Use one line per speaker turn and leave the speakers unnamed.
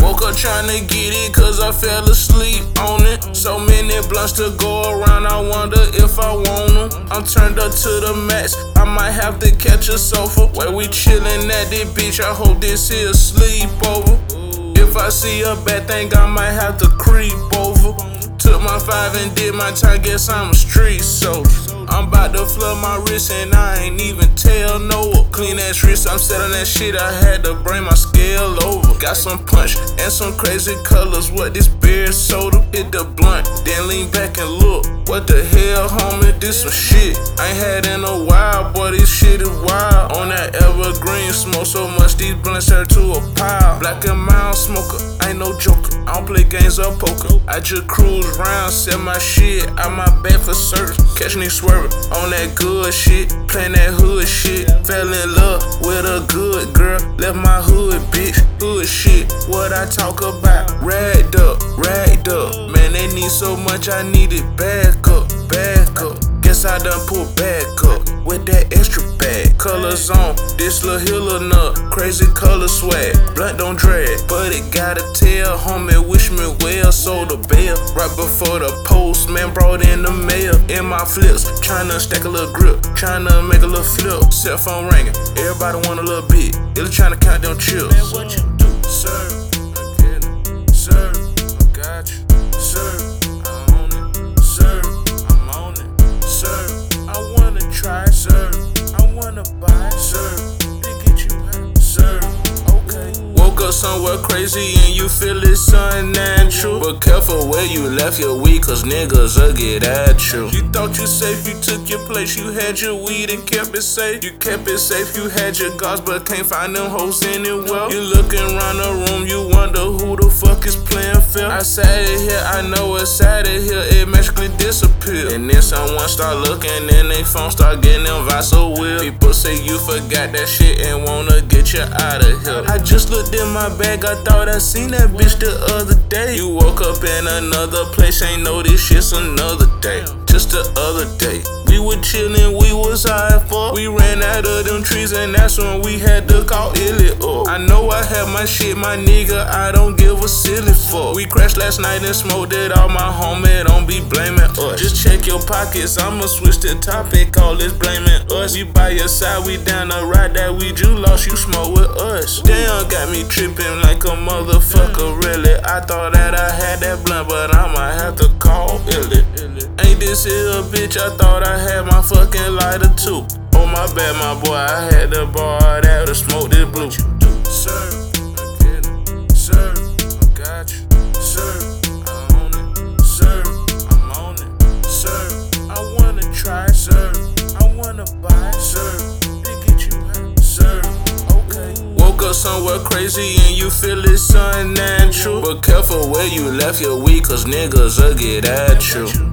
woke up trying to get it cause I fell asleep on it. So many blunts to go around, I wonder if I want them. I'm turned up to the max, I might have to catch a sofa. Where we chillin' at the beach, I hope this here sleepover. If I see a bad thing, I might have to creep over. Took my five and did my time, guess I'm a street soldier. I'm about to flood my wrist and I ain't even tell no one. Clean ass wrist, I'm selling that shit. I had to bring my scale over. Got some punch and some crazy colors. What this beer soda? Hit the blunt, then lean back and look. What the hell, homie? This some shit. I ain't had in a while, boy. This shit is wild. On that evergreen, smoke so much these blunts turn to a pile. Black and mild smoker, ain't no joker. I don't play games or poker. I just cruise round, sell my shit out my bed for certain. Catch me swerving on that good shit, playing that hood shit. Fell in love with a good girl, left my hood, bitch. Hood shit, what I talk about. Ragged up, ragged up. Man, they need so much, I need it back up, back up. Guess I done pulled back up with that extra bag. Colors on this little hill or nut. Crazy color swag. Blunt don't drag, but it got a tail. Homie wish me well, sold a bell. Right before the postman brought in the mail. In my flips, tryna stack a little grip, tryna make a little flip. Cell phone ringing, everybody want a little bit. Illy tryna count them chips. Man, what you do, sir? I get it, sir. I got you, sir. I own it, sir. I'm on it, sir. I wanna try, sir. I wanna buy, sir. They get you hurt, sir. Okay. Woke up somewhere crazy and you feel it, son, natural. But careful where you left your weed, cause niggas will get at you. You thought you safe, you took your place, you had your weed and kept it safe. You kept it safe, you had your guards, but can't find them hoes anywhere. You looking around the room, you wonder who the fuck is playing fair. I sat it here, I know it's sad it here, it magically disappeared. And then someone start looking, and they phone start getting them vibes so weird. People say you forgot that shit and wanna get you out of here. I just looked in my bag, I thought I seen that bitch the other day. You woke up in another place, ain't know this shit's another day. Just the other day. We were chillin', we was high as fuck. We ran out of them trees, and that's when we had to call Illy up. I know I have my shit, my nigga, I don't give a silly fuck. We crashed last night and smoked it all, my homie, don't be blaming us. Just check your pockets, I'ma switch the topic, all this blaming us. You by your side, we down the ride that we you lost, you smoke with us. Damn, got me tripping like a motherfucker, really. I thought that I had that blunt, but I might have to call Illy. Ain't this here a bitch? I thought I had my fucking lighter too. Oh my bad, my boy, I had to borrow that to smoke this blue. Sir, I get it. Sir, I got you. Sir, I own it. Sir, I'm on it. Sir, I wanna try. Sir, I wanna buy. Sir, they get you hurt. Sir, okay. Woke up somewhere crazy and you feel it, son, natural. But careful where you left your weed, cause niggas will get at you.